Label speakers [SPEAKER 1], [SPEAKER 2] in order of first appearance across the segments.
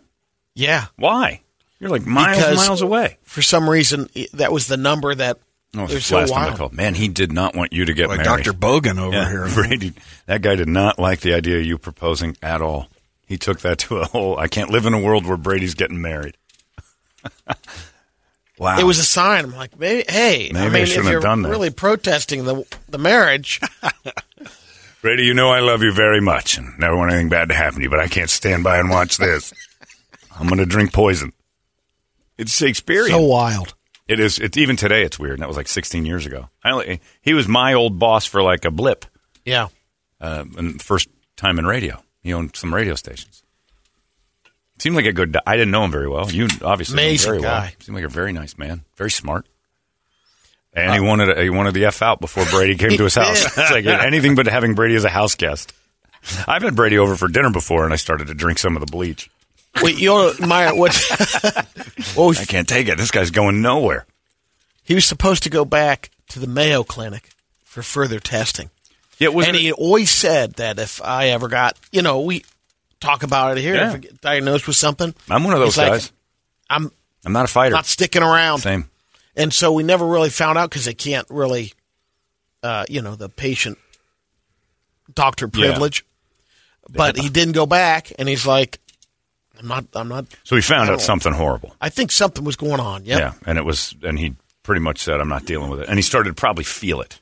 [SPEAKER 1] yeah.
[SPEAKER 2] Why? You're like miles and
[SPEAKER 1] Because-
[SPEAKER 2] miles away.
[SPEAKER 1] For some reason, i- that was the number that
[SPEAKER 2] No,
[SPEAKER 1] it was
[SPEAKER 2] Oh, it's
[SPEAKER 1] so
[SPEAKER 2] last time I
[SPEAKER 1] wild.
[SPEAKER 2] called. Man, he did not want you to get
[SPEAKER 3] Like
[SPEAKER 2] married.
[SPEAKER 3] Dr. Bogan over
[SPEAKER 2] Yeah,
[SPEAKER 3] here.
[SPEAKER 2] Brady, that guy did not like the idea of you proposing at all. He took that to a whole. I can't live in a world where Brady's getting married. wow.
[SPEAKER 1] It was a sign. I'm like, maybe, hey,
[SPEAKER 2] Maybe I
[SPEAKER 1] I mean,
[SPEAKER 2] shouldn't
[SPEAKER 1] if
[SPEAKER 2] have
[SPEAKER 1] you're
[SPEAKER 2] done that.
[SPEAKER 1] really protesting the the marriage,
[SPEAKER 2] Brady, you know I love you very much and never want anything bad to happen to you, but I can't stand by and watch this. I'm going to drink poison. It's Shakespearean.
[SPEAKER 1] so wild.
[SPEAKER 2] It is. It's even today. It's weird. And that was like 16 years ago. I only, he was my old boss for like a blip,
[SPEAKER 1] Yeah,
[SPEAKER 2] uh, and first time in radio. He owned some radio stations. Seemed like a good. I didn't know him very well. You obviously knew him
[SPEAKER 1] Amazing
[SPEAKER 2] very well.
[SPEAKER 1] guy.
[SPEAKER 2] Seemed like a very nice man. Very smart. And
[SPEAKER 1] Uh,
[SPEAKER 2] he wanted he wanted the f out before Brady came to his house. it's like anything but having Brady as a house guest. I've had Brady over for dinner before, and I started to drink some of the bleach.
[SPEAKER 1] Wait, you know, Meyer, what? well, we-
[SPEAKER 2] I can't take it. This guy's going nowhere.
[SPEAKER 1] he was supposed to go back to the Mayo Clinic for further testing,
[SPEAKER 2] Yeah, it was
[SPEAKER 1] and he always said that if I ever got, you know, we talk about it here.
[SPEAKER 2] Yeah.
[SPEAKER 1] If I get diagnosed with something,
[SPEAKER 2] I'm one of those
[SPEAKER 1] he's like,
[SPEAKER 2] guys.
[SPEAKER 1] I'm
[SPEAKER 2] I'm not a fighter.
[SPEAKER 1] not sticking around.
[SPEAKER 2] Same.
[SPEAKER 1] And so we never really found out because they can't really, uh, you know, the patient doctor
[SPEAKER 2] Yeah.
[SPEAKER 1] privilege. But he didn't go back, and he's like, "I'm not. I'm not.
[SPEAKER 2] So he found
[SPEAKER 1] I
[SPEAKER 2] out
[SPEAKER 1] don't-
[SPEAKER 2] something horrible.
[SPEAKER 1] I think something was going on." Yep.
[SPEAKER 2] Yeah, and it was, and he pretty much said, "I'm not dealing with it," and he started to probably feel it.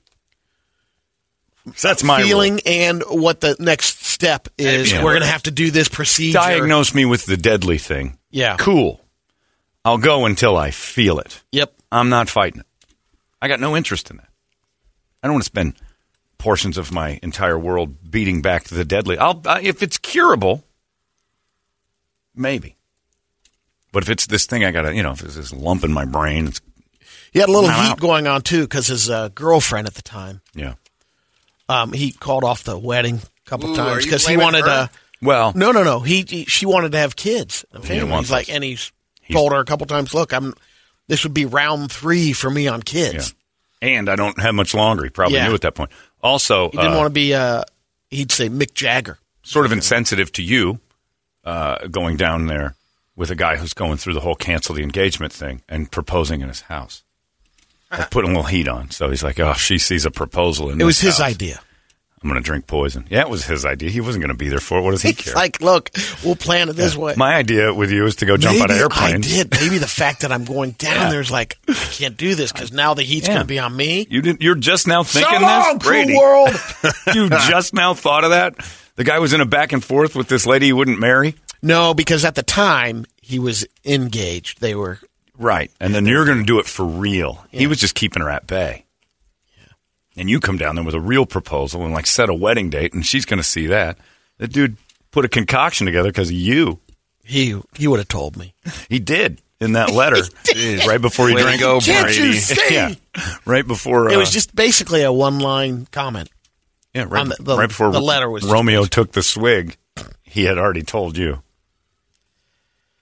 [SPEAKER 2] So that's my rule.
[SPEAKER 1] feeling and what the next step is.
[SPEAKER 2] Yeah.
[SPEAKER 1] We're going to have to do this procedure.
[SPEAKER 2] Diagnose me with the deadly thing.
[SPEAKER 1] Yeah.
[SPEAKER 2] cool. I'll go until I feel it.
[SPEAKER 1] Yep.
[SPEAKER 2] I'm not fighting it. I got no interest in that. I don't want to spend portions of my entire world beating back the deadly. I'll I, if it's curable, maybe. But if it's this thing, I got to you know, if it's this lump in my brain, it's
[SPEAKER 1] He had a little
[SPEAKER 2] I'm
[SPEAKER 1] heat
[SPEAKER 2] out.
[SPEAKER 1] going on too because his uh, girlfriend at the time,
[SPEAKER 2] yeah.
[SPEAKER 1] um, he called off the wedding a couple
[SPEAKER 3] Ooh, are
[SPEAKER 1] times
[SPEAKER 3] you
[SPEAKER 1] because he
[SPEAKER 3] blaming
[SPEAKER 1] wanted
[SPEAKER 3] her?
[SPEAKER 1] to.
[SPEAKER 2] Well,
[SPEAKER 1] No, no, no. He, he- she wanted to have kids. a
[SPEAKER 2] didn't
[SPEAKER 1] family.
[SPEAKER 2] want
[SPEAKER 1] He's like,
[SPEAKER 2] those.
[SPEAKER 1] and he's,
[SPEAKER 2] He's-
[SPEAKER 1] told her a couple times, "Look, I'm. This would be round three for me on
[SPEAKER 2] Yeah.
[SPEAKER 1] kids.
[SPEAKER 2] And I don't have much longer. He probably
[SPEAKER 1] Yeah.
[SPEAKER 2] knew at that point. Also,
[SPEAKER 1] He didn't
[SPEAKER 2] uh,
[SPEAKER 1] want to be. Uh, he'd say Mick Jagger.
[SPEAKER 2] sort of insensitive to you uh, going down there with a guy who's going through the whole cancel the engagement thing and proposing in his house. I put a little heat on. So he's like, oh, she sees a proposal in
[SPEAKER 1] It was
[SPEAKER 2] this
[SPEAKER 1] his
[SPEAKER 2] house.
[SPEAKER 1] idea.
[SPEAKER 2] I'm going to drink poison. Yeah, it was his idea. He wasn't going to be there for it. What does he
[SPEAKER 1] It's
[SPEAKER 2] care?
[SPEAKER 1] like, look, we'll plan it this way.
[SPEAKER 2] My idea with you is to go jump out of
[SPEAKER 1] Maybe
[SPEAKER 2] airplanes.
[SPEAKER 1] I did. Maybe the fact that I'm going down there's like I can't do this because now the heat's
[SPEAKER 2] Yeah.
[SPEAKER 1] going to be on me.
[SPEAKER 2] You didn't, you're just now thinking
[SPEAKER 1] so long,
[SPEAKER 2] this? Brady.
[SPEAKER 1] cool world.
[SPEAKER 2] you just now thought of that? The guy was in a back and forth with this lady he wouldn't marry?
[SPEAKER 1] no, because at the time he was engaged. They were
[SPEAKER 2] Right. And then you're going to do it for real. He was just keeping her at bay. And you come down there with a real proposal and like set a wedding date, and she's going to see that. That dude put a concoction together because of you.
[SPEAKER 1] he he would have told me.
[SPEAKER 2] He did in that letter right before he
[SPEAKER 3] Way to
[SPEAKER 2] drank.
[SPEAKER 3] go,
[SPEAKER 1] Can't
[SPEAKER 3] Brady.
[SPEAKER 1] you see?
[SPEAKER 2] yeah, right before
[SPEAKER 1] It was
[SPEAKER 2] uh,
[SPEAKER 1] just basically a one line comment.
[SPEAKER 2] yeah, right,
[SPEAKER 1] on the- the-
[SPEAKER 2] right before
[SPEAKER 1] the letter was just-
[SPEAKER 2] Romeo took the swig. He had already told you.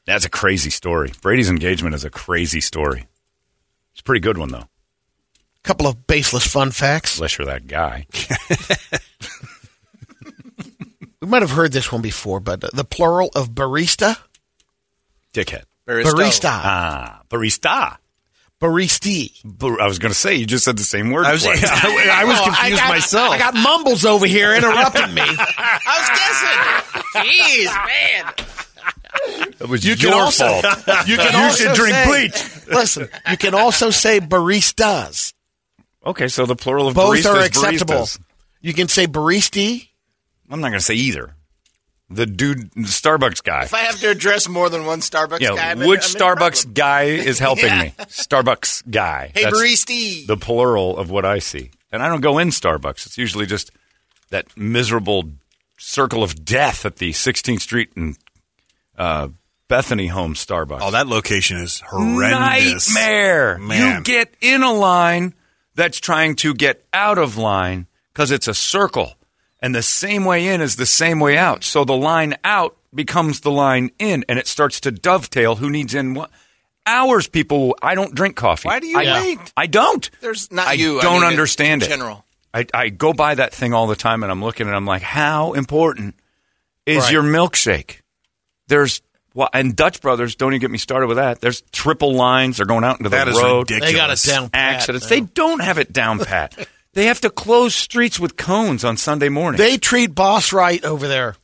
[SPEAKER 2] That's a crazy story. Brady's engagement is a crazy story. It's a pretty good one though.
[SPEAKER 1] A couple of baseless fun facts.
[SPEAKER 2] Unless you're that guy.
[SPEAKER 1] We might have heard this one before, but the plural of barista,
[SPEAKER 2] dickhead.
[SPEAKER 1] barista,
[SPEAKER 2] Ah, barista.
[SPEAKER 1] baristi.
[SPEAKER 2] Bar- I was going to say you just said the same word.
[SPEAKER 3] I was, I,
[SPEAKER 2] twice.
[SPEAKER 3] I was
[SPEAKER 1] Oh, I
[SPEAKER 3] confused
[SPEAKER 1] got-
[SPEAKER 3] myself.
[SPEAKER 1] I got mumbles over here interrupting me. I was guessing. Jeez, man.
[SPEAKER 2] It was
[SPEAKER 1] You can
[SPEAKER 2] your
[SPEAKER 1] also-
[SPEAKER 2] fault. You, can
[SPEAKER 1] can
[SPEAKER 2] you
[SPEAKER 1] also
[SPEAKER 2] should drink
[SPEAKER 1] say-
[SPEAKER 2] bleach.
[SPEAKER 1] Listen, you can also say baristas.
[SPEAKER 2] Okay, so the plural of
[SPEAKER 1] Both
[SPEAKER 2] barista
[SPEAKER 1] are
[SPEAKER 2] is
[SPEAKER 1] acceptable.
[SPEAKER 2] baristas.
[SPEAKER 1] You can say baristi.
[SPEAKER 2] I'm not going to say either. The dude, the Starbucks guy.
[SPEAKER 4] If I have to address more than one Starbucks
[SPEAKER 2] Yeah,
[SPEAKER 4] guy, I'm in-
[SPEAKER 2] which
[SPEAKER 4] I'm in a
[SPEAKER 2] Starbucks
[SPEAKER 4] problem.
[SPEAKER 2] guy is helping me? Starbucks guy.
[SPEAKER 4] Hey,
[SPEAKER 2] That's
[SPEAKER 4] barista.
[SPEAKER 2] The plural of what I see, and I don't go in Starbucks. It's usually just that miserable circle of death at the 16th Street and uh, Bethany Home Starbucks.
[SPEAKER 3] oh, that location is horrendous.
[SPEAKER 2] Nightmare.
[SPEAKER 3] Man.
[SPEAKER 2] You get in a line that's trying to get out of line because it's a circle. And the same way in is the same way out. So the line out becomes the line in and it starts to dovetail who needs in what. hours people I don't drink coffee.
[SPEAKER 4] Why do you
[SPEAKER 2] I,
[SPEAKER 4] wait?
[SPEAKER 2] I don't.
[SPEAKER 4] There's not
[SPEAKER 2] I
[SPEAKER 4] you. I
[SPEAKER 2] don't
[SPEAKER 4] mean, in-
[SPEAKER 2] understand
[SPEAKER 4] in
[SPEAKER 2] it.
[SPEAKER 4] general.
[SPEAKER 2] I, I go by that thing all the time and I'm looking and I'm like, how important is
[SPEAKER 1] Right.
[SPEAKER 2] your milkshake? There's well, and Dutch Brothers, don't even get me started with that. There's triple lines. They're going out into
[SPEAKER 3] That
[SPEAKER 2] the
[SPEAKER 3] is
[SPEAKER 2] road.
[SPEAKER 3] ridiculous.
[SPEAKER 1] They got it down. pat
[SPEAKER 2] Accidents.
[SPEAKER 1] now.
[SPEAKER 2] They don't have it down pat. they have to close streets with cones on Sunday morning.
[SPEAKER 1] They treat boss right over there.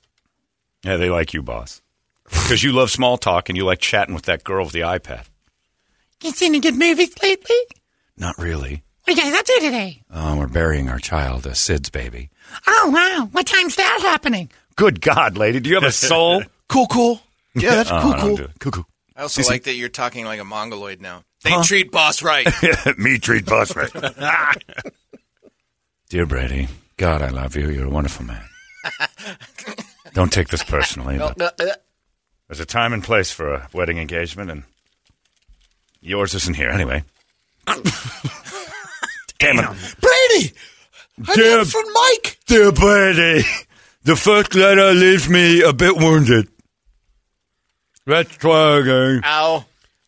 [SPEAKER 2] yeah, they like you, boss. Because you love small talk and you like chatting with that girl with the iPad.
[SPEAKER 5] You seen any good movies lately?
[SPEAKER 2] Not really.
[SPEAKER 5] What you guys up to today?
[SPEAKER 2] Oh, we're burying our child, a SIDS baby.
[SPEAKER 5] Oh, wow. What time's that happening?
[SPEAKER 2] Good God, lady, do you have a soul?
[SPEAKER 1] Cool, cool. Yeah, that's
[SPEAKER 2] Oh,
[SPEAKER 1] cool,
[SPEAKER 2] I don't
[SPEAKER 1] cool.
[SPEAKER 2] do it. Cuckoo.
[SPEAKER 4] I also like that you're talking like a mongoloid now. They
[SPEAKER 2] Huh?
[SPEAKER 4] treat boss right.
[SPEAKER 2] Me treat boss right. Dear Brady, God, I love you. You're a wonderful man. Don't take this personally. But
[SPEAKER 1] uh,
[SPEAKER 2] there's a time and place for a wedding engagement, and yours isn't here anyway. Damn it.
[SPEAKER 1] Brady, I
[SPEAKER 2] Damn.
[SPEAKER 1] need from Mike.
[SPEAKER 2] Dear Brady, the first letter leaves me a bit wounded. Let's try again.
[SPEAKER 4] Ow.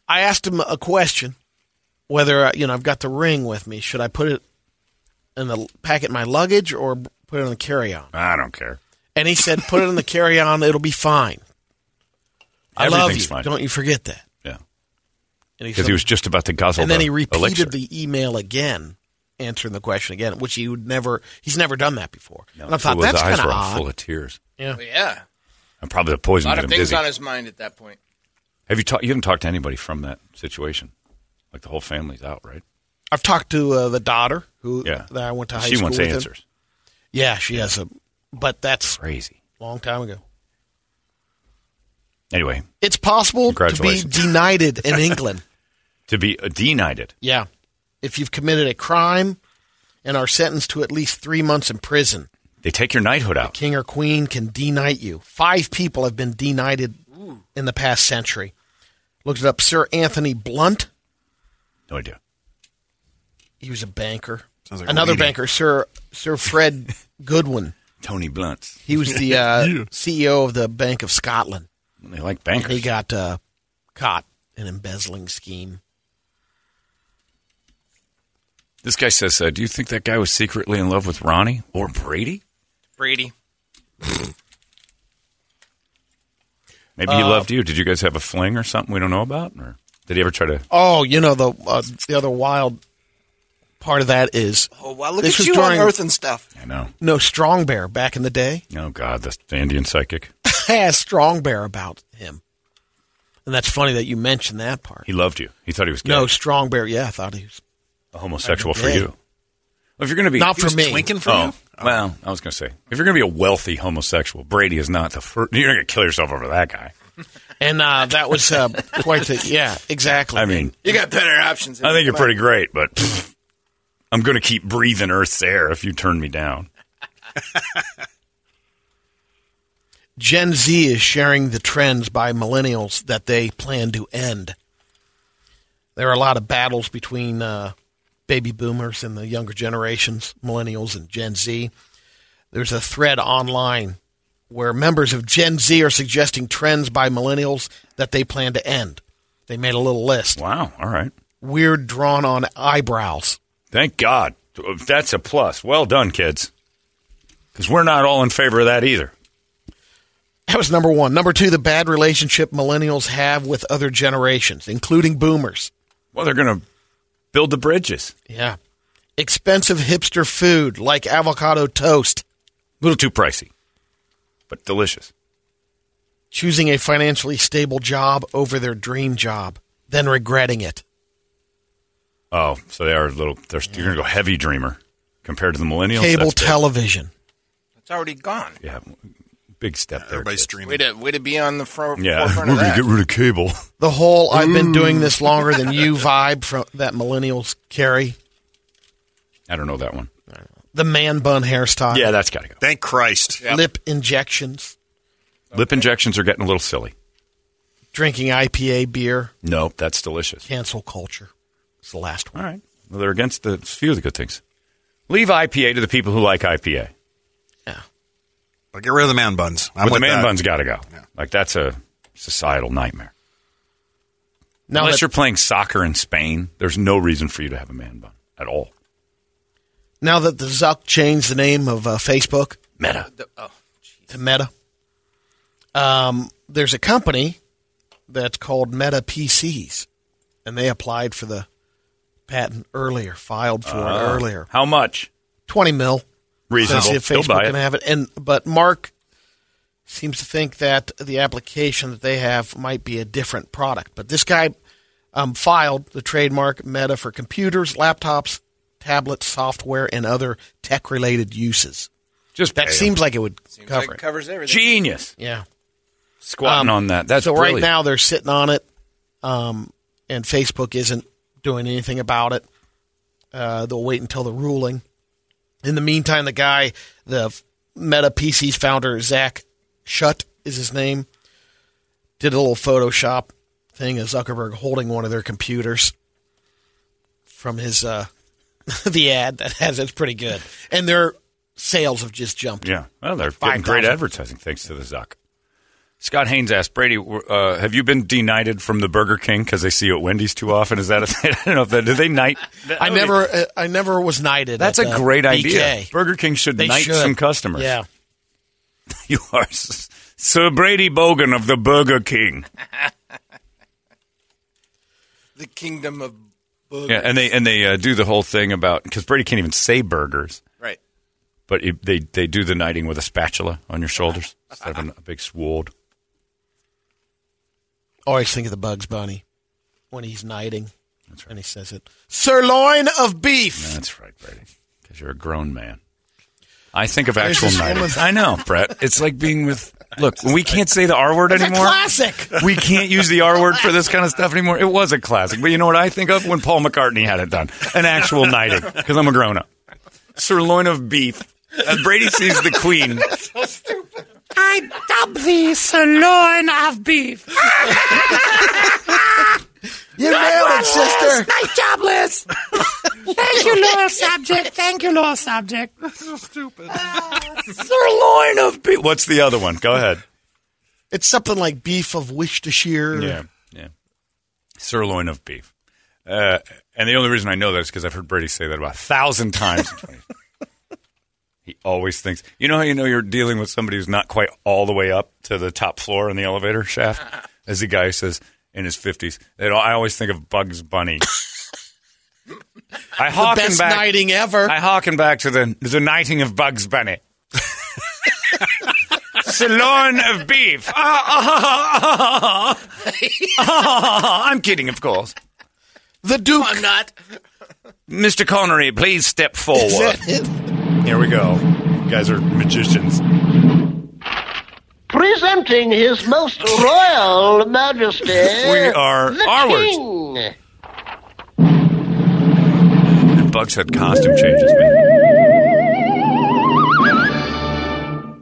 [SPEAKER 1] I asked him a question, whether uh, you know I've got the ring with me. Should I put it in the pack it in my luggage or b- put it in the carry-on?
[SPEAKER 2] I don't care.
[SPEAKER 1] And he said, "Put it in the carry-on. It'll be fine. I love you.
[SPEAKER 2] Everything's fine.
[SPEAKER 1] Don't you forget that."
[SPEAKER 2] Yeah.
[SPEAKER 1] And
[SPEAKER 2] Because he was just about to guzzle
[SPEAKER 1] and then
[SPEAKER 2] the
[SPEAKER 1] he repeated
[SPEAKER 2] elixir.
[SPEAKER 1] the email again, answering the question again, which he would never. He's never done that before. and I
[SPEAKER 2] His
[SPEAKER 1] thought that's
[SPEAKER 2] eyes
[SPEAKER 1] kind of
[SPEAKER 2] were all
[SPEAKER 1] odd.
[SPEAKER 2] full of tears.
[SPEAKER 4] Well, yeah.
[SPEAKER 2] And probably the
[SPEAKER 4] A
[SPEAKER 2] poison
[SPEAKER 4] lot
[SPEAKER 2] made
[SPEAKER 4] of
[SPEAKER 2] him
[SPEAKER 4] things
[SPEAKER 2] dizzy.
[SPEAKER 4] on his mind at that point.
[SPEAKER 2] Have you talked? You haven't talked to anybody from that situation. Like the whole family's out, right?
[SPEAKER 1] I've talked to uh, the daughter who
[SPEAKER 2] Yeah.
[SPEAKER 1] that I went to high
[SPEAKER 2] she
[SPEAKER 1] school
[SPEAKER 2] wants
[SPEAKER 1] with him.
[SPEAKER 2] answers.
[SPEAKER 1] Yeah, she has a, but that's
[SPEAKER 2] Crazy.
[SPEAKER 1] a long time ago.
[SPEAKER 2] Anyway,
[SPEAKER 1] It's possible to be
[SPEAKER 2] Congratulations.
[SPEAKER 1] denied in England.
[SPEAKER 2] to be uh, denied.
[SPEAKER 1] Yeah. If you've committed a crime and are sentenced to at least three months in prison,
[SPEAKER 2] They take your knighthood out.
[SPEAKER 1] king or queen can denight you. Five people have been denied in the past century. Looked it up. Sir Anthony Blunt.
[SPEAKER 2] No idea.
[SPEAKER 1] He was a banker.
[SPEAKER 3] Sounds like a
[SPEAKER 1] Another
[SPEAKER 3] weenie.
[SPEAKER 1] banker, Sir Sir Fred Goodwin.
[SPEAKER 2] Tony Blunt's.
[SPEAKER 1] He was the uh, CEO of the Bank of Scotland.
[SPEAKER 2] They like bankers.
[SPEAKER 1] He got uh, caught in an embezzling scheme.
[SPEAKER 2] this guy says, uh, "Do you think that guy was secretly in love with Ronnie or Brady?
[SPEAKER 4] Brady.
[SPEAKER 2] Maybe
[SPEAKER 1] Uh,
[SPEAKER 2] he loved you. Did you guys have a fling or something we don't know about? Or did he ever try to?
[SPEAKER 1] Oh, you know the uh, the other wild part of that is
[SPEAKER 4] Oh, wow. Look
[SPEAKER 1] This
[SPEAKER 4] at
[SPEAKER 1] was
[SPEAKER 4] you
[SPEAKER 1] during-
[SPEAKER 4] on Earth and stuff.
[SPEAKER 2] I know.
[SPEAKER 1] no strong bear back in the day.
[SPEAKER 2] Oh God, the Indian psychic.
[SPEAKER 1] asked Strong Bear about him. And that's funny that you mentioned that part.
[SPEAKER 2] He loved you. He thought he was gay.
[SPEAKER 1] no, Strong Bear, yeah, I thought he was.
[SPEAKER 2] a homosexual
[SPEAKER 1] I'm
[SPEAKER 2] for
[SPEAKER 1] gay.
[SPEAKER 2] you. Well, if you're going to be
[SPEAKER 1] Not for me.
[SPEAKER 3] Twinking for
[SPEAKER 2] Oh,
[SPEAKER 3] you?
[SPEAKER 2] well, I was going to say, if you're going to be a wealthy homosexual, Brady is not the first. You're going to kill yourself over that guy.
[SPEAKER 1] And uh, that was uh, quite the. Yeah, exactly.
[SPEAKER 2] I mean,
[SPEAKER 4] You got better options.
[SPEAKER 2] I think you're pretty great, but pfft, I'm going to keep breathing Earth's air if you turn me down.
[SPEAKER 1] Gen Z is sharing the trends by millennials that they plan to end. There are a lot of battles between uh, baby boomers and the younger generations, millennials and Gen Z. There's a thread online where members of Gen Z are suggesting trends by millennials that they plan to end. They made a little list.
[SPEAKER 2] Wow. All right.
[SPEAKER 1] Weird drawn on eyebrows.
[SPEAKER 2] Thank God. That's a plus. Well done, kids. Because we're not all in favor of that either.
[SPEAKER 1] That was number one. Number two, the bad relationship millennials have with other generations, including boomers.
[SPEAKER 2] Well, they're going to build the bridges.
[SPEAKER 1] Yeah. Expensive hipster food like avocado toast.
[SPEAKER 2] A little too pricey, but delicious.
[SPEAKER 1] Choosing a financially stable job over their dream job, then regretting it.
[SPEAKER 2] Oh, so they are a little. They're, You're going to go heavy dreamer compared to the millennials.
[SPEAKER 1] Cable
[SPEAKER 2] That's big.
[SPEAKER 1] television.
[SPEAKER 4] It's already gone.
[SPEAKER 2] Yeah, big step there.
[SPEAKER 3] Everybody's
[SPEAKER 2] kid.
[SPEAKER 3] streaming.
[SPEAKER 4] Way to, way to be on the front.
[SPEAKER 2] Yeah,
[SPEAKER 4] forefront of that.
[SPEAKER 2] rid of cable.
[SPEAKER 1] The whole I've
[SPEAKER 2] Mm.
[SPEAKER 1] been doing this longer than you vibe from that millennials carry.
[SPEAKER 2] I don't know that one.
[SPEAKER 1] The man bun hairstyle.
[SPEAKER 2] Yeah, that's got to go.
[SPEAKER 3] Thank Christ.
[SPEAKER 1] Lip injections.
[SPEAKER 2] Lip injections are getting a little silly.
[SPEAKER 1] Drinking IPA beer.
[SPEAKER 2] No, that's delicious.
[SPEAKER 1] Cancel culture. It's the last one.
[SPEAKER 2] All right. Well, they're against the few of the good things. Leave IPA to the people who like IPA.
[SPEAKER 1] Yeah.
[SPEAKER 3] But get rid of the man buns.
[SPEAKER 2] but
[SPEAKER 3] I'm
[SPEAKER 2] the
[SPEAKER 3] with
[SPEAKER 2] man
[SPEAKER 3] that.
[SPEAKER 2] bun's got to go. Like that's a societal nightmare.
[SPEAKER 1] Now
[SPEAKER 2] Unless
[SPEAKER 1] that-
[SPEAKER 2] you're playing soccer in Spain, there's no reason for you to have a man bun at all.
[SPEAKER 1] Now that the Zuck changed the name of uh, Facebook
[SPEAKER 2] Meta.
[SPEAKER 4] The- oh, jeez.
[SPEAKER 1] to Meta, um, there's a company that's called Meta PCs, and they applied for the patent earlier, filed for it earlier.
[SPEAKER 2] How much?
[SPEAKER 1] Twenty mil.
[SPEAKER 2] Ah. Reasonable.
[SPEAKER 1] Since if
[SPEAKER 2] He'll
[SPEAKER 1] Facebook
[SPEAKER 2] buy
[SPEAKER 1] can
[SPEAKER 2] it.
[SPEAKER 1] have it, and but Mark seems to think that the application that they have might be a different product. But this guy um, filed the trademark Meta for computers, laptops, tablets, software, and other tech-related uses.
[SPEAKER 2] Just
[SPEAKER 1] That
[SPEAKER 2] pay him.
[SPEAKER 1] seems like it would
[SPEAKER 4] Seems
[SPEAKER 1] cover
[SPEAKER 4] like it
[SPEAKER 1] it.
[SPEAKER 4] covers everything.
[SPEAKER 2] genius.
[SPEAKER 1] Yeah.
[SPEAKER 2] Squatting
[SPEAKER 1] Um,
[SPEAKER 2] on that. That's
[SPEAKER 1] so right
[SPEAKER 2] brilliant.
[SPEAKER 1] now they're sitting on it, um, and Facebook isn't doing anything about it. Uh, they'll wait until the ruling. In the meantime, the guy, the f- Meta PC's founder, Zach Schutt is his name, did a little Photoshop thing of Zuckerberg holding one of their computers from his uh, the ad that has it's pretty good, and their sales have just jumped.
[SPEAKER 2] Yeah. Well, they're getting
[SPEAKER 1] 5,000.
[SPEAKER 2] great advertising thanks to the Zuck. Scott Haynes asked Brady, uh, "Have you been denied from the Burger King because they see you at Wendy's too often? Is that a thing? I don't know if that do they knight. that
[SPEAKER 1] I
[SPEAKER 2] would be-
[SPEAKER 1] never, uh, I never was knighted.
[SPEAKER 2] That's
[SPEAKER 1] at,
[SPEAKER 2] a
[SPEAKER 1] uh,
[SPEAKER 2] great idea.
[SPEAKER 1] BK.
[SPEAKER 2] Burger King should
[SPEAKER 1] They
[SPEAKER 2] knight
[SPEAKER 1] should.
[SPEAKER 2] some customers.
[SPEAKER 1] Yeah.
[SPEAKER 2] you are S- Sir Brady Bogan of the Burger King.
[SPEAKER 4] The kingdom of boogers.
[SPEAKER 2] Yeah, and they and they uh, do the whole thing about because Brady can't even say burgers,
[SPEAKER 4] right.
[SPEAKER 2] but it, they they do the knighting with a spatula on your shoulders instead of an- a big sword.
[SPEAKER 1] Always think of the Bugs Bunny when he's knighting. And he says it. Sirloin of beef.
[SPEAKER 2] That's right, Brady. Because you're a grown man. I think of
[SPEAKER 1] There's
[SPEAKER 2] actual
[SPEAKER 1] this
[SPEAKER 2] knighting.
[SPEAKER 1] woman-
[SPEAKER 2] I know, Brett. It's like being with. Look, we can't say the R word
[SPEAKER 1] It's a
[SPEAKER 2] anymore.
[SPEAKER 1] classic.
[SPEAKER 2] We can't use the R word for this kind of stuff anymore. It was a classic, but you know what I think of when Paul McCartney had it done? An actual knighting. Because I'm a grown up. Sirloin of beef. Uh, Brady sees the Queen.
[SPEAKER 5] I dub thee sirloin of beef.
[SPEAKER 1] You nailed it, sister.
[SPEAKER 5] Nice job, Liz. Thank you, loyal subject. Thank you, loyal subject.
[SPEAKER 2] Sirloin of beef. What's the other one? Go ahead.
[SPEAKER 1] It's something like beef of Worcestershire.
[SPEAKER 2] Yeah, yeah. Sirloin of beef. Uh, and the only reason I know that is because I've heard Brady say that about a thousand times. in 20 he always thinks, you know how you know you're dealing with somebody who's not quite all the way up to the top floor in the elevator shaft? As the guy says in his 50s, They don't- I always think of Bugs Bunny. I
[SPEAKER 1] The
[SPEAKER 2] harken
[SPEAKER 1] best
[SPEAKER 2] back.
[SPEAKER 1] knighting ever.
[SPEAKER 2] I harken back to the the knighting of Bugs Bunny. Sirloin of beef. Ah, ah, ah, ah, ah. Ah, I'm kidding, of course.
[SPEAKER 1] the Duke.
[SPEAKER 4] I'm not.
[SPEAKER 2] Mr. Connery, please step
[SPEAKER 1] Is
[SPEAKER 2] forward.
[SPEAKER 1] that it?
[SPEAKER 2] Here we go. You guys are magicians.
[SPEAKER 6] Presenting His Most Royal Majesty.
[SPEAKER 2] We are
[SPEAKER 6] the
[SPEAKER 2] R words.
[SPEAKER 6] King.
[SPEAKER 2] Bugs had costume changes, man.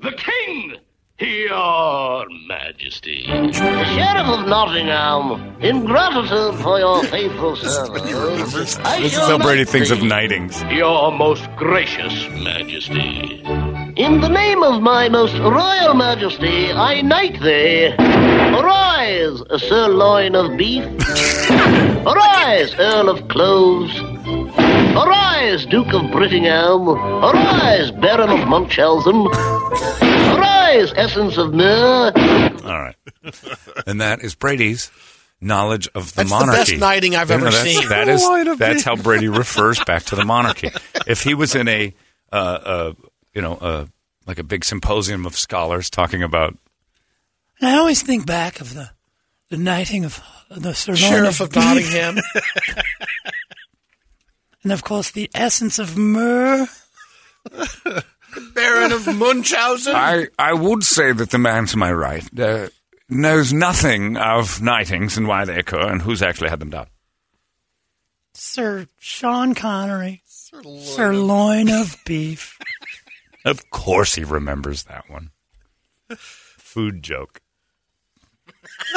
[SPEAKER 6] The King! Your Majesty. Sheriff of Nottingham, in gratitude for your faithful service, I
[SPEAKER 2] This is how
[SPEAKER 6] shall
[SPEAKER 2] Brady
[SPEAKER 6] knight
[SPEAKER 2] thinks of
[SPEAKER 6] thee,
[SPEAKER 2] knightings.
[SPEAKER 6] Your most gracious Majesty. In the name of my most royal Majesty, I knight thee. Arise, sirloin of beef. Arise, Earl of Cloves. Arise, Duke of Brittingham. Arise, Baron of Munchausen. Arise, Essence of Myrrh.
[SPEAKER 2] All right. And that is Brady's knowledge of the
[SPEAKER 1] That's the best
[SPEAKER 2] monarchy.
[SPEAKER 1] knighting I've ever
[SPEAKER 2] that's,
[SPEAKER 1] seen.
[SPEAKER 2] That is,
[SPEAKER 5] Sirloin
[SPEAKER 2] that's how Brady refers back to the monarchy. If he was in a, uh, uh, you know, uh, like a big symposium of scholars talking about
[SPEAKER 5] And I always think back of the the knighting of the sirloin
[SPEAKER 1] Sheriff
[SPEAKER 5] of
[SPEAKER 1] of
[SPEAKER 5] beef.
[SPEAKER 1] Nottingham.
[SPEAKER 5] and of course the essence of myrrh.
[SPEAKER 4] Baron of Munchausen.
[SPEAKER 2] I, I would say that the man to my right uh, knows nothing of knightings and why they occur and who's actually had them done.
[SPEAKER 5] Sir Sean Connery, sirloin of beef.
[SPEAKER 2] Of course, he remembers that one. Food joke.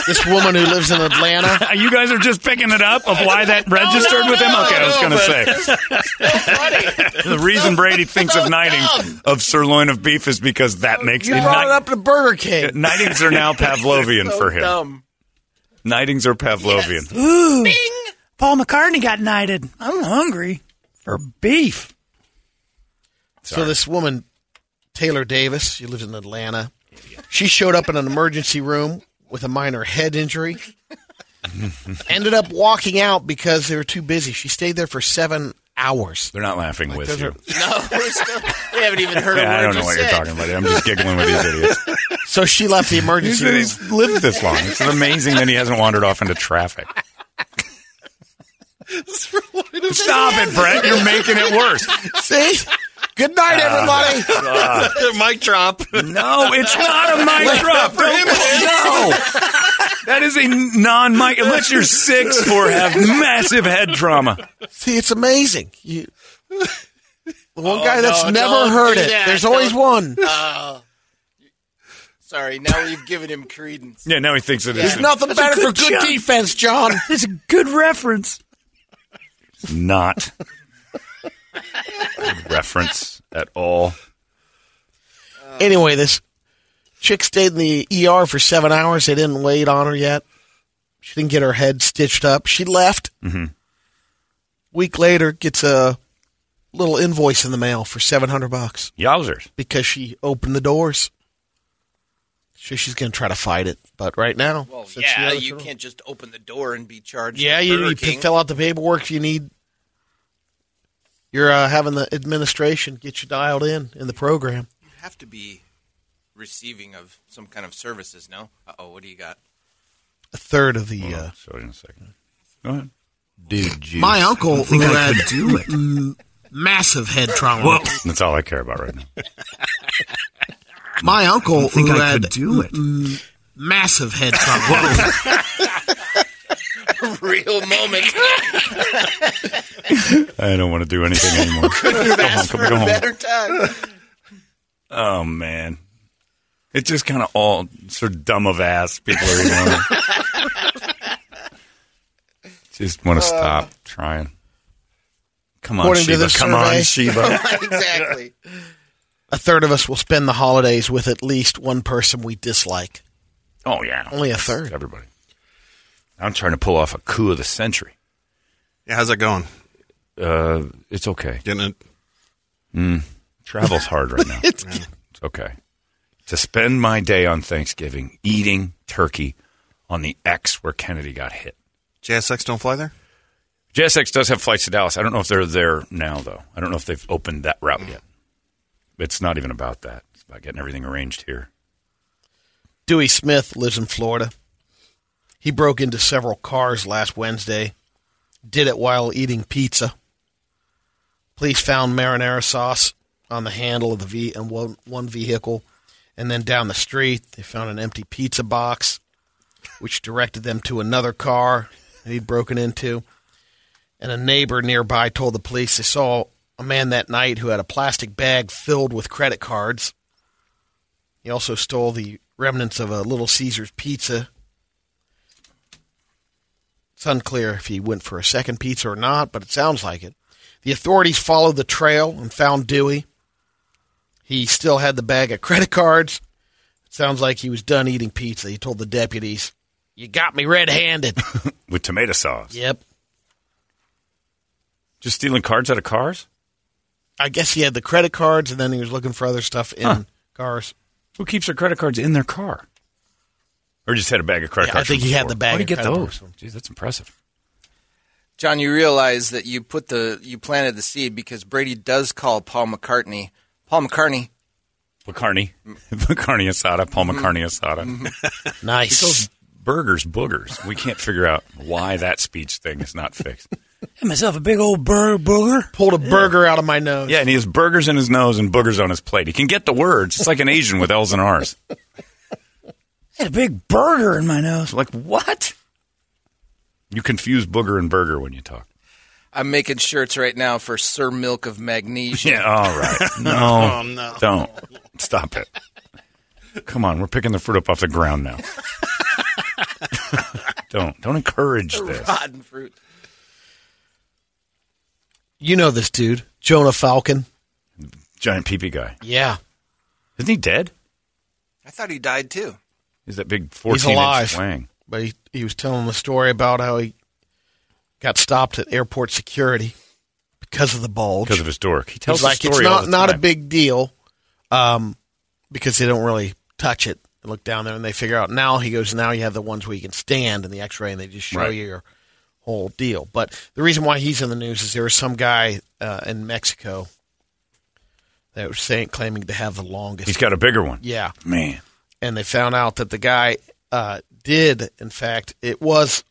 [SPEAKER 1] this woman who lives in Atlanta.
[SPEAKER 2] Uh, You guys are just picking it up of why that registered with him. Okay, I was going to say the reason Brady thinks of knightings of sirloin of beef is because that makes
[SPEAKER 1] You
[SPEAKER 2] him
[SPEAKER 1] brought
[SPEAKER 2] knight-
[SPEAKER 1] up the Burger King.
[SPEAKER 2] Knightings are now Pavlovian
[SPEAKER 4] So
[SPEAKER 2] for him.
[SPEAKER 4] dumb.
[SPEAKER 2] Nightings are Pavlovian.
[SPEAKER 5] Ooh. Paul McCartney got knighted. I'm hungry for beef.
[SPEAKER 1] So this woman, Taylor Davis, she lives in Atlanta. She showed up in an emergency room with a minor head injury. Ended up walking out because they were too busy. She stayed there for seven hours.
[SPEAKER 2] They're not laughing with
[SPEAKER 1] those
[SPEAKER 2] you.
[SPEAKER 1] are-
[SPEAKER 4] No, Oh, we're still, we haven't even heard a word
[SPEAKER 2] I don't know
[SPEAKER 4] you
[SPEAKER 2] what you're
[SPEAKER 4] said.
[SPEAKER 2] talking about. I'm just giggling with these idiots.
[SPEAKER 1] So she left the
[SPEAKER 2] He's,
[SPEAKER 1] emergency room.
[SPEAKER 2] he's lived this long. It's amazing that he hasn't wandered off into traffic. Stop it, Brett. You're making it worse.
[SPEAKER 1] See? Good
[SPEAKER 2] Ah,
[SPEAKER 1] night, everybody.
[SPEAKER 3] Mic drop.
[SPEAKER 2] No, it's not a mic drop. Don't- No. That is a non mic, unless you're six or have massive head trauma.
[SPEAKER 1] See, it's amazing. You, the one guy that's
[SPEAKER 4] Oh, no,
[SPEAKER 1] never
[SPEAKER 4] don't
[SPEAKER 1] heard
[SPEAKER 4] do
[SPEAKER 1] it.
[SPEAKER 4] that.
[SPEAKER 1] There's always
[SPEAKER 4] Don't-
[SPEAKER 1] one.
[SPEAKER 4] Sorry, now you've given him credence.
[SPEAKER 2] Yeah, now he thinks it is.
[SPEAKER 1] There's nothing better for
[SPEAKER 5] good
[SPEAKER 1] good
[SPEAKER 5] job.
[SPEAKER 1] defense, John.
[SPEAKER 5] That's a good reference.
[SPEAKER 2] not reference at all.
[SPEAKER 1] Anyway, this chick stayed in the ER for seven hours. They didn't wait on her yet. She didn't get her head stitched up. She left. Week later, gets a little invoice in the mail for seven hundred bucks
[SPEAKER 2] Yowzers.
[SPEAKER 1] because she opened the doors. So she's going to try to fight it, but right now,
[SPEAKER 4] Well,
[SPEAKER 1] since the
[SPEAKER 4] yeah,
[SPEAKER 1] other
[SPEAKER 4] you
[SPEAKER 1] girl-
[SPEAKER 4] can't just open the door and be charged.
[SPEAKER 1] Yeah,
[SPEAKER 4] with
[SPEAKER 1] you,
[SPEAKER 4] Burger
[SPEAKER 1] you can
[SPEAKER 4] King.
[SPEAKER 1] fill out the paperwork you need. You're uh, having the administration get you dialed in in the program.
[SPEAKER 4] You have to be receiving of some kind of services. No. Uh oh, what do you got?
[SPEAKER 1] A third of the uh,
[SPEAKER 2] So in a second. Go ahead.
[SPEAKER 3] Dude, you.
[SPEAKER 1] My uncle who had
[SPEAKER 3] do it.
[SPEAKER 1] m- massive head trauma.
[SPEAKER 2] That's all I care about right now.
[SPEAKER 1] My uncle who had
[SPEAKER 3] do it.
[SPEAKER 1] massive head trauma.
[SPEAKER 4] Real moment.
[SPEAKER 2] I don't want to do anything anymore. go home,
[SPEAKER 4] Ask
[SPEAKER 2] come
[SPEAKER 4] for a
[SPEAKER 2] go home.
[SPEAKER 4] better time.
[SPEAKER 2] Oh man, it's just kind of all sort of dumb of ass people are. You know, just want to stop trying. Come on,
[SPEAKER 1] Uh. According to
[SPEAKER 2] Sheba.
[SPEAKER 1] this
[SPEAKER 2] Come
[SPEAKER 1] survey-
[SPEAKER 2] on, Sheba.
[SPEAKER 4] exactly.
[SPEAKER 1] a third of us will spend the holidays with at least one person we dislike.
[SPEAKER 2] Oh yeah,
[SPEAKER 1] Only a third.
[SPEAKER 2] Everybody. I'm trying to pull off a coup of the century.
[SPEAKER 3] Yeah, how's that going?
[SPEAKER 2] Uh, it's okay.
[SPEAKER 3] Getting it?
[SPEAKER 2] Travel's hard right now. it's okay. To spend my day on Thanksgiving eating turkey on the X where Kennedy got hit.
[SPEAKER 3] JSX don't fly there?
[SPEAKER 2] JSX does have flights to Dallas. I don't know if they're there now, though. I don't know if they've opened that route yet. It's not even about that. It's about getting everything arranged here.
[SPEAKER 1] Dewey Smith lives in Florida. He broke into several cars last Wednesday, did it while eating pizza. Police found marinara sauce on the handle of the ve- and one, one vehicle, and then down the street they found an empty pizza box, which directed them to another car that he'd broken into. And a neighbor nearby told the police they saw a man that night who had a plastic bag filled with credit cards. He also stole the remnants of a Little Caesars pizza. It's unclear if he went for a second pizza or not, but it sounds like it. The authorities followed the trail and found Dewey. He still had the bag of credit cards. It sounds like he was done eating pizza. He told the deputies, You got me red handed.
[SPEAKER 2] With tomato sauce.
[SPEAKER 1] yep.
[SPEAKER 2] Just stealing cards out of cars?
[SPEAKER 1] I guess he had the credit cards and then he was looking for other stuff in cars.
[SPEAKER 2] Who keeps their credit cards in their car? Or just had a bag of credit
[SPEAKER 1] Yeah, I
[SPEAKER 2] cards?
[SPEAKER 1] think
[SPEAKER 2] from
[SPEAKER 1] he had
[SPEAKER 2] store?
[SPEAKER 1] the bag
[SPEAKER 2] Where'd
[SPEAKER 1] of
[SPEAKER 2] he get
[SPEAKER 1] credit
[SPEAKER 2] those?
[SPEAKER 1] cards.
[SPEAKER 2] Jeez, that's impressive.
[SPEAKER 4] John, you realize that you put the you planted the seed because Brady does call Paul McCartney. Paul McCartney.
[SPEAKER 2] McCartney. McCartney Asada. Paul McCartney Asada.
[SPEAKER 1] Nice.
[SPEAKER 2] Burgers, boogers. We can't figure out why that speech thing is not fixed.
[SPEAKER 5] Had myself a big old burger booger.
[SPEAKER 1] Pulled a burger out of my nose.
[SPEAKER 2] Yeah, and he has burgers in his nose and boogers on his plate. He can get the words. It's like an Asian with L's and R's.
[SPEAKER 5] I had a big burger in my nose.
[SPEAKER 2] Like what? You confuse booger and burger when you talk.
[SPEAKER 4] I'm making shirts right now for Sir Milk of Magnesia.
[SPEAKER 2] Yeah, all right. No, don't stop it. Come on, we're picking the fruit up off the ground now. don't don't encourage this.
[SPEAKER 4] Rotten fruit.
[SPEAKER 1] You know this dude, Jonah Falcon.
[SPEAKER 2] Giant peepee guy
[SPEAKER 1] Yeah.
[SPEAKER 2] isn't he dead?
[SPEAKER 4] I thought he died too.
[SPEAKER 2] Is that big
[SPEAKER 1] He's
[SPEAKER 2] fourteen
[SPEAKER 1] alive.
[SPEAKER 2] inch wang?
[SPEAKER 1] but he, he was telling the story about how he got stopped at airport security because of the bulge.
[SPEAKER 2] because of his dork. He tells
[SPEAKER 1] He's like
[SPEAKER 2] the story
[SPEAKER 1] it's
[SPEAKER 2] all
[SPEAKER 1] not
[SPEAKER 2] the
[SPEAKER 1] not a
[SPEAKER 2] time.
[SPEAKER 1] big deal, um, because they don't really touch it. They look down there and they figure out. Now he goes. Now you have the ones where you can stand in the X-ray, and they just show
[SPEAKER 2] Right.
[SPEAKER 1] you your whole deal. But the reason why he's in the news is there was some guy uh, in Mexico that was saying claiming to have the longest.
[SPEAKER 2] He's got a bigger one.
[SPEAKER 1] yeah,
[SPEAKER 2] Man,
[SPEAKER 1] and they found out that the guy uh, did, in fact, it was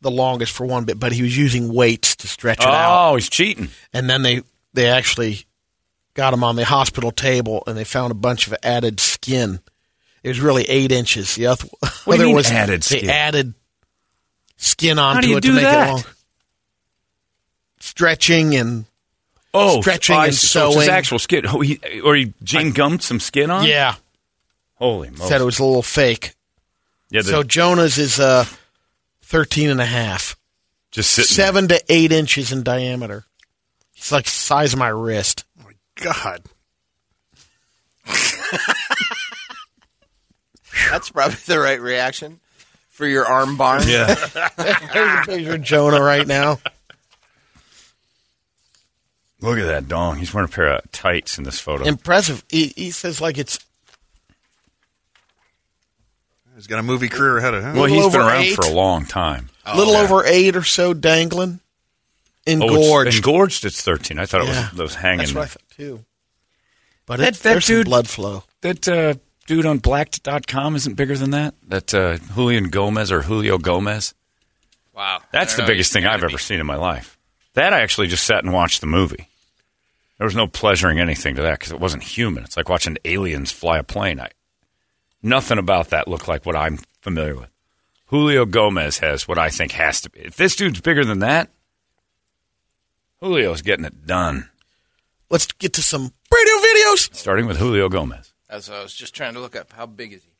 [SPEAKER 1] the longest for one bit, but he was using weights to stretch it out
[SPEAKER 2] oh, he's cheating.
[SPEAKER 1] and then they they actually got him on the hospital table and they found a bunch of added skin. It was really eight inches. The other,
[SPEAKER 2] What do you
[SPEAKER 1] other
[SPEAKER 2] mean
[SPEAKER 1] was
[SPEAKER 2] added
[SPEAKER 1] they
[SPEAKER 2] skin?
[SPEAKER 1] added skin
[SPEAKER 5] do
[SPEAKER 1] onto
[SPEAKER 5] you
[SPEAKER 1] it
[SPEAKER 5] do
[SPEAKER 1] to make
[SPEAKER 5] that?
[SPEAKER 1] it long. Stretching and
[SPEAKER 2] Oh,
[SPEAKER 1] Stretching
[SPEAKER 2] I
[SPEAKER 1] and
[SPEAKER 2] see. So it's his
[SPEAKER 1] sewing.
[SPEAKER 2] actual skin. Oh, he, or he gene gummed some skin on.
[SPEAKER 1] yeah,
[SPEAKER 2] Holy moly.
[SPEAKER 1] said it was a little fake.
[SPEAKER 2] yeah, the-
[SPEAKER 1] So Jonah's is uh, 13 and a half,
[SPEAKER 2] just sitting. there.
[SPEAKER 1] seven to eight inches in diameter. It's like the size of my wrist.
[SPEAKER 3] God.
[SPEAKER 4] That's probably the right reaction for your arm barn.
[SPEAKER 2] Yeah.
[SPEAKER 1] There's a picture of Jonah right now.
[SPEAKER 2] Look at that dong. He's wearing a pair of tights in this photo.
[SPEAKER 1] Impressive. He, he says like it's
[SPEAKER 3] He's got a movie career ahead of him.
[SPEAKER 2] well, he's
[SPEAKER 1] little
[SPEAKER 2] been
[SPEAKER 1] over
[SPEAKER 2] around
[SPEAKER 1] eight.
[SPEAKER 2] for a long time.
[SPEAKER 1] a little over eight or so dangling.
[SPEAKER 2] Oh, it's
[SPEAKER 1] Engorged.
[SPEAKER 2] engorged. It's thirteen. I thought it
[SPEAKER 1] Yeah.
[SPEAKER 2] was those hanging.
[SPEAKER 1] That's what I
[SPEAKER 2] there.
[SPEAKER 1] thought too. But
[SPEAKER 2] That-
[SPEAKER 1] it's,
[SPEAKER 2] that
[SPEAKER 1] there's some
[SPEAKER 2] dude-
[SPEAKER 1] blood flow.
[SPEAKER 2] that uh, dude on blacked.com isn't bigger than that? That uh, Julian Gomez or Julio Gomez?
[SPEAKER 4] Wow.
[SPEAKER 2] That's
[SPEAKER 4] I
[SPEAKER 2] the
[SPEAKER 4] don't know.
[SPEAKER 2] biggest thing I've ever seen in my life. That I actually just sat and watched the movie. There was no pleasuring anything to that because it wasn't human. It's like watching aliens fly a plane. I, nothing about that looked like what I'm familiar with. Julio Gomez has what I think has to be. If this dude's bigger than that, Julio's getting it done.
[SPEAKER 1] Let's get to some radio videos.
[SPEAKER 2] Starting with Julio Gomez.
[SPEAKER 4] That's what I was just trying to look up. How big is he?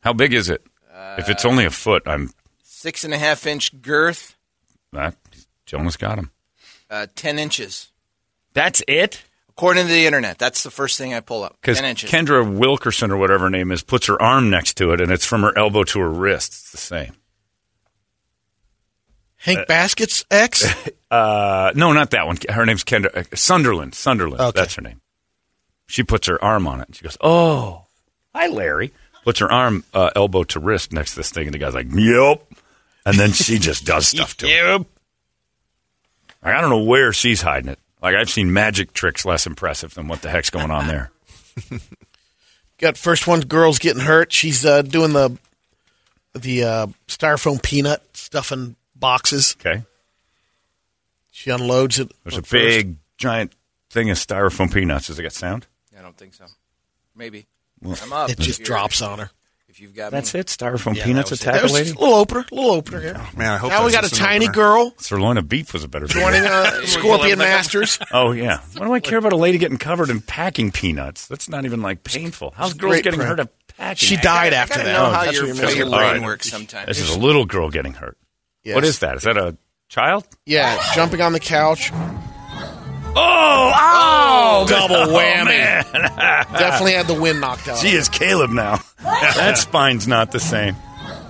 [SPEAKER 2] How big is it? if it's only a foot, I'm.
[SPEAKER 4] Six and a half inch girth,
[SPEAKER 2] Uh, Jonas got him.
[SPEAKER 4] uh, 10 inches.
[SPEAKER 2] That's it?
[SPEAKER 4] According to the internet, that's the first thing I pull up.
[SPEAKER 2] Because
[SPEAKER 4] 10 inches.
[SPEAKER 2] Kendra Wilkerson or whatever her name is puts her arm next to it, and it's from her elbow to her wrist. It's the same.
[SPEAKER 1] Hank Baskets X.
[SPEAKER 2] Uh, no, not that one. Her name's Kendra uh, Sunderland. Sunderland.
[SPEAKER 1] Okay.
[SPEAKER 2] That's her name. She puts her arm on it. And she goes, "Oh, hi, Larry." Puts her arm, uh, elbow to wrist, next to this thing, and the guy's like, "Yep." And then she just does stuff to it. Yep. Like, I don't know where she's hiding it. Like I've seen magic tricks less impressive than what the heck's going on there.
[SPEAKER 1] Got first one. Girl's getting hurt. She's uh, doing the the uh, styrofoam peanut stuffing boxes.
[SPEAKER 2] Okay.
[SPEAKER 1] She unloads it.
[SPEAKER 2] There's a
[SPEAKER 1] at first.
[SPEAKER 2] big, giant thing of styrofoam peanuts. Does it got sound?
[SPEAKER 4] I don't think so. Maybe. I'm up.
[SPEAKER 1] It
[SPEAKER 4] if
[SPEAKER 1] just
[SPEAKER 4] you're-
[SPEAKER 1] drops on her.
[SPEAKER 4] If you've got
[SPEAKER 2] That's
[SPEAKER 4] me.
[SPEAKER 2] it. Styrofoam
[SPEAKER 1] Yeah,
[SPEAKER 2] peanuts
[SPEAKER 1] that
[SPEAKER 2] attack
[SPEAKER 1] was it. That Oh, was
[SPEAKER 2] a lady.
[SPEAKER 1] just a little opener. A little opener here.
[SPEAKER 3] Man, I hope
[SPEAKER 1] Now we got a
[SPEAKER 3] that's just an
[SPEAKER 1] tiny
[SPEAKER 3] opener.
[SPEAKER 1] girl
[SPEAKER 2] Sirloin Beef was a better video.
[SPEAKER 1] joining uh, Scorpion Masters.
[SPEAKER 2] Oh yeah. What do I care about a lady getting covered in packing peanuts? That's not even like painful. How's girls
[SPEAKER 1] great
[SPEAKER 2] getting
[SPEAKER 1] prep.
[SPEAKER 2] hurt at packing?
[SPEAKER 1] She
[SPEAKER 2] died.
[SPEAKER 1] died
[SPEAKER 4] I
[SPEAKER 1] after
[SPEAKER 4] gotta
[SPEAKER 1] that. Oh,
[SPEAKER 4] know
[SPEAKER 2] Oh,
[SPEAKER 4] how
[SPEAKER 1] That's
[SPEAKER 4] your,
[SPEAKER 1] what
[SPEAKER 4] how
[SPEAKER 1] you're
[SPEAKER 4] your
[SPEAKER 1] missing.
[SPEAKER 4] brain
[SPEAKER 2] Alright.
[SPEAKER 4] works sometimes.
[SPEAKER 2] This is a little girl getting hurt. What is that? Is that a child?
[SPEAKER 1] Yeah, jumping on the couch.
[SPEAKER 2] Oh! Oh!
[SPEAKER 1] Double whammy.
[SPEAKER 2] man.
[SPEAKER 1] Definitely had the wind knocked out.
[SPEAKER 2] She is Caleb now. that spine's not the same.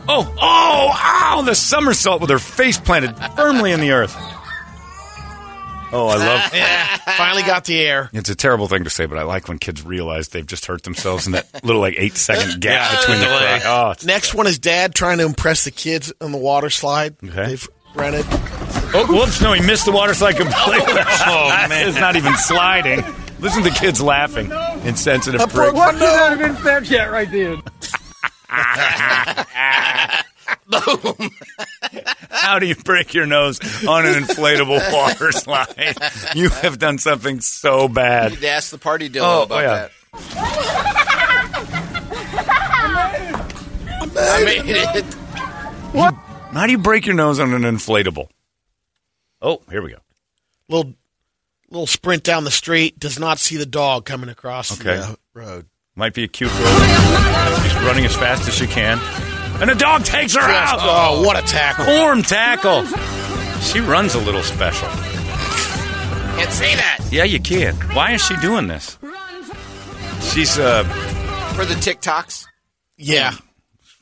[SPEAKER 2] Oh! Oh! Ow! The somersault with her face planted firmly in the earth. Oh, I love.
[SPEAKER 1] Finally got the air.
[SPEAKER 2] It's a terrible thing to say, but I like when kids realize they've just hurt themselves in that little like eight second gap between the cry. Oh, it's-
[SPEAKER 1] Next one is dad trying to impress the kids on the water slide.
[SPEAKER 2] Okay.
[SPEAKER 1] They've rented.
[SPEAKER 2] Oh, whoops, no, he missed the water slide completely. oh, man. It's not even sliding. Listen to the kids laughing. Insensitive prick.
[SPEAKER 1] my nose.
[SPEAKER 2] How do you break your nose on an inflatable water slide? You have done something so
[SPEAKER 4] You
[SPEAKER 2] bad.
[SPEAKER 4] need to ask the party dealer
[SPEAKER 2] Oh,
[SPEAKER 4] about
[SPEAKER 2] yeah.
[SPEAKER 4] that. I made it.
[SPEAKER 2] How do you break your nose on an inflatable? Oh, here we go.
[SPEAKER 1] Little little sprint down the street. Does not see the dog coming across
[SPEAKER 2] Okay.
[SPEAKER 1] the uh, road.
[SPEAKER 2] Might be a cute girl. She's running as fast as she can. And the dog takes her
[SPEAKER 1] Just-
[SPEAKER 2] out.
[SPEAKER 1] oh, what a tackle!
[SPEAKER 2] Form tackle. She runs a little special.
[SPEAKER 4] Can't say that
[SPEAKER 2] Yeah, you can. Why is she doing this? She's uh,
[SPEAKER 4] for the TikToks.
[SPEAKER 1] Yeah,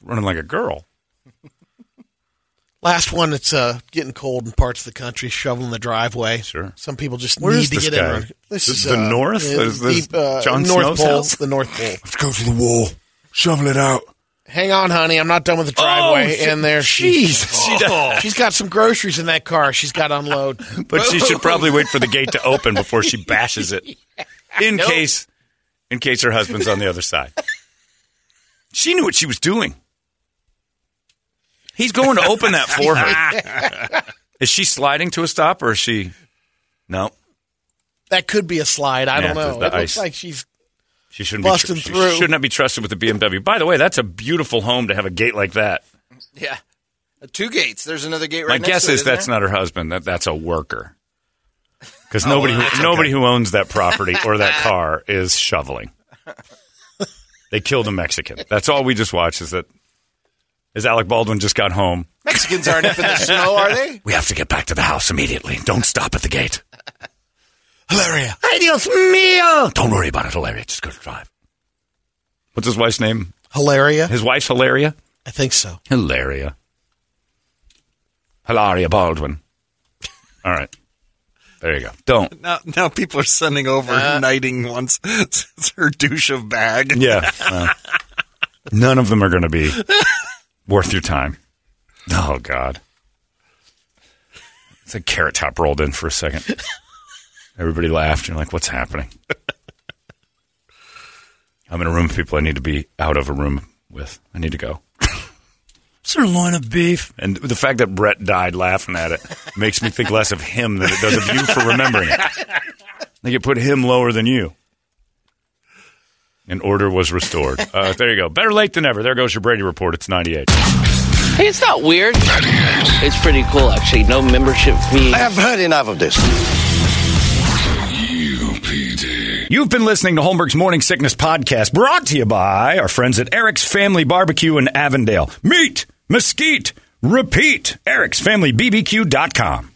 [SPEAKER 2] running like a girl.
[SPEAKER 1] Last one that's uh, getting cold in parts of the country, shoveling the driveway.
[SPEAKER 2] Sure.
[SPEAKER 1] Some people just
[SPEAKER 2] Where
[SPEAKER 1] need
[SPEAKER 2] is
[SPEAKER 1] to
[SPEAKER 2] this
[SPEAKER 1] get
[SPEAKER 2] guy?
[SPEAKER 1] in. there. uh,
[SPEAKER 2] This is the North? Is this Jon
[SPEAKER 1] North
[SPEAKER 2] Snow's
[SPEAKER 1] Pole.
[SPEAKER 2] house?
[SPEAKER 1] The North Pole.
[SPEAKER 7] Let's go to the wall. Shovel it out.
[SPEAKER 1] Hang on, honey. I'm not done with the driveway.
[SPEAKER 2] shit.
[SPEAKER 1] and there she's.
[SPEAKER 2] Jeez. Oh, She does.
[SPEAKER 1] She's got some groceries in that car. She's got to unload.
[SPEAKER 2] But she should probably wait for the gate to open before she bashes it. In case in case her husband's on the other side. She knew what she was doing. He's going to open that for her. Is she sliding to a stop or is she No.
[SPEAKER 1] That could be a slide. I
[SPEAKER 2] Yeah,
[SPEAKER 1] don't know.
[SPEAKER 2] the- the
[SPEAKER 1] it looks
[SPEAKER 2] ice.
[SPEAKER 1] like she's.
[SPEAKER 2] She shouldn't
[SPEAKER 1] Busting
[SPEAKER 2] be tr- she
[SPEAKER 1] through.
[SPEAKER 2] should not be trusted with the BMW. By the way, that's a beautiful home to have a gate like that.
[SPEAKER 4] Yeah. Uh, Two gates. There's another gate right
[SPEAKER 2] My
[SPEAKER 4] next
[SPEAKER 2] guess
[SPEAKER 4] to it,
[SPEAKER 2] is
[SPEAKER 4] isn't
[SPEAKER 2] that's
[SPEAKER 4] there?
[SPEAKER 2] not her husband. That that's a worker. Because nobody
[SPEAKER 4] Oh,
[SPEAKER 2] who, nobody who owns that property or that car is shoveling. they killed a Mexican. That's all we just watched. Is that is Alec Baldwin just got home?
[SPEAKER 4] Mexicans aren't up in the snow, are they?
[SPEAKER 2] We have to get back to the house immediately. Don't stop at the gate.
[SPEAKER 7] Hilaria.
[SPEAKER 1] Adios mio.
[SPEAKER 2] Oh, Don't worry about it, Hilaria. Just go drive. What's his wife's name?
[SPEAKER 1] Hilaria.
[SPEAKER 2] His wife's Hilaria.
[SPEAKER 1] I think so.
[SPEAKER 2] Hilaria. Hilaria Baldwin. All right. There you go. Don't.
[SPEAKER 3] Now, now people are sending over
[SPEAKER 7] Uh.
[SPEAKER 3] knighting once it's her douche of bag.
[SPEAKER 2] Yeah. well, none of them are going to be worth your time. Oh, God. It's a carrot top rolled in for a second. Everybody laughed. You're like, what's happening? I'm in a room of people I need to be out of a room with. I need to go.
[SPEAKER 5] Sirloin of beef.
[SPEAKER 2] And the fact that Brett died laughing at it makes me think less of him than it does of you for remembering it. Like it put him lower than you. And order was restored. Uh, there you go. Better late than never. There goes your Brady report. It's 98.
[SPEAKER 6] Hey, it's not weird. It's pretty cool, actually. No membership fee.
[SPEAKER 8] have heard enough of this.
[SPEAKER 9] UPD.
[SPEAKER 2] You've been listening to Holmberg's Morning Sickness Podcast, brought to you by our friends at Eric's Family Barbecue in Avondale. Meet, mesquite, repeat. Eric'sFamilyBBQ.com.